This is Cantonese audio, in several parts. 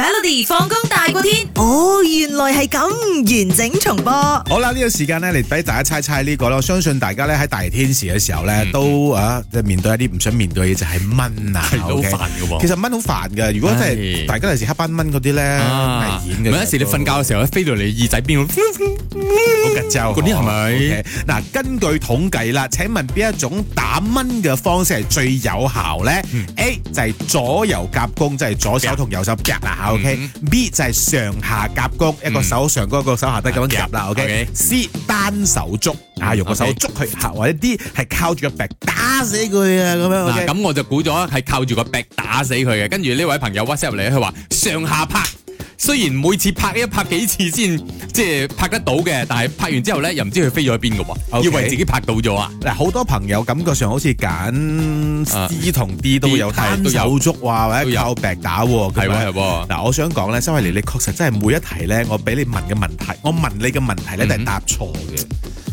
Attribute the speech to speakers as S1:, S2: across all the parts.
S1: Melody 放工大過天，
S2: 哦，原來係咁，完整重播。
S3: 好啦，呢、個時間咧嚟俾大家猜猜呢、個啦。我相信大家咧喺大熱天時嘅時候咧，
S4: 嗯
S3: 都啊即係面對一啲唔想面對嘅嘢，就係蚊啊。
S4: 係都
S3: OK？
S4: 煩嘅喎。
S3: 其實蚊好煩㗎，如果真係
S4: 唉
S3: 大家有時黑斑蚊嗰啲咧，
S4: 啊
S3: 危險嘅。
S4: 有陣時你瞓覺嘅時候，飛到你耳仔邊嗰
S3: 好吉周
S4: 嗰啲係咪
S3: OK，嗱，根據統計啦，請問邊一種打蚊嘅方式係最有效咧
S4: 嗯
S3: ？A 就係左右夾攻，即係左手同右手夾啦，OK
S4: 嗯。
S3: B 就係上下夾攻，一個
S4: 嗯
S3: 手上高，一個手下低咁樣夾啦，OK
S4: OK。
S3: C 單手捉啊，用個手
S4: OK
S3: 捉佢，嚇或者 D 係靠住個鼻打死佢啊，咁樣
S4: 嗱，
S3: OK。
S4: 咁我就估咗係靠住個壁打死佢嘅。跟住呢位朋友 WhatsApp 嚟，佢話上下拍。雖然每次拍一拍幾次先即係拍得到嘅，但係拍完之後咧又唔知佢飛咗去邊嘅喎
S3: OK
S4: 以為自己拍到咗啊！
S3: 嗱，好多朋友感覺上好似揀
S4: 啊
S3: C 同 D 都有
S4: D，係
S3: 單
S4: 都有
S3: 手捉啊，或者
S4: 都有
S3: 靠鼻打喎，咁
S4: 係
S3: 樣
S4: 喎係喎，
S3: 嗱，我想講咧，周慧妮，你確實真係每一題咧，我俾你問嘅問題，我問你嘅問題咧都係答錯嘅。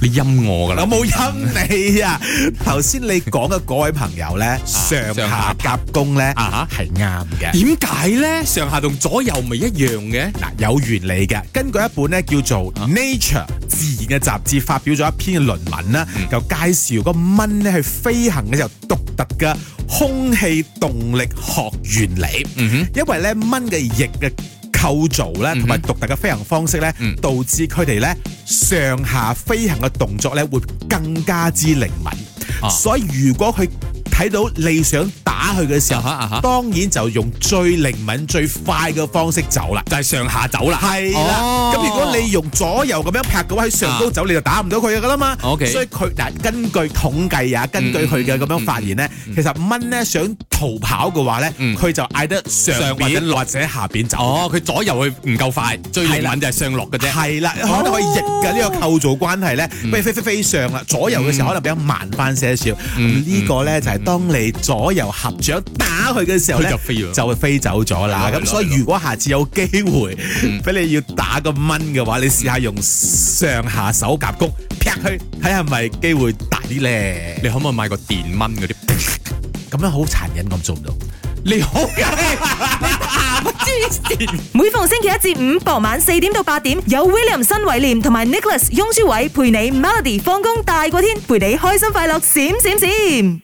S4: 你陰
S3: 我
S4: 我㗎嗯啦！
S3: 冇陰你啊！頭先你講嘅嗰位朋友咧，上
S4: 啊上
S3: 下
S4: 下
S3: 夾攻咧
S4: 啊
S3: 係啱嘅。
S4: 點解咧？上下同左右咪一樣嘅？
S3: 嗱，有原理嘅。根據一本咧叫做
S4: 啊
S3: 《Nature》自然嘅雜誌發表咗一篇論文啦，
S4: 嗯
S3: 就介紹個蚊咧去飛行嘅時候獨特嘅空氣動力學原理。
S4: 嗯哼。
S3: 因為咧蚊嘅翼嘅構造咧，
S4: 嗯哼
S3: 同埋獨特嘅飛行方式咧
S4: 嗯，
S3: 導致佢哋咧上下飛行嘅動作咧會更加之靈敏。
S4: 啊
S3: 所以如果佢睇到你想打佢嘅時
S4: 啊哈啊
S3: 候，
S4: 哈
S3: 當然就用最靈敏、最快嘅方式走啦。
S4: 就係上下走啦，
S3: 係啦，
S4: 哦
S3: 咁如果你用左右咁樣拍嘅話，喺上高走你就打唔到佢噶啦嘛。
S4: OK 嗯
S3: 所以佢嗱根據統計啊，根據佢嘅咁樣發現咧，其實蚊咧想逃跑嘅話咧，
S4: 嗯
S3: 佢就嗌得上
S4: 上或者
S3: 邊
S4: 落
S3: 或者下邊走。
S4: 哦，佢左右佢唔夠快，最靈敏就係上落嘅啫。哦嗯
S3: 係啦，可能佢逆嘅呢個構造關係咧，飛飛飛飛上啦，左右嘅時候可能比較慢翻些少。咁
S4: 嗯
S3: 呢個咧就係當你左右合掌打佢嘅時候咧，
S4: 佢就飛咗
S3: 就會飛走咗啦。
S4: 係咯係嗯
S3: 咁
S4: 咯
S3: 所以如果下次有機會俾你要打個蚊嘅話，你試下用上下手夾攻劈佢，睇下係咪機會大啲
S4: 你
S3: 咧。
S4: 可唔可以買個電蚊嗰啲？
S3: 咁樣好殘忍，咁做唔到。
S4: 你好嘅，
S2: 每逢星期一至五傍晚四點到八點，有 William 新偉廉同埋 Nicholas 雍舒偉陪你 Melody 放工大過天，陪你開心快樂閃閃閃。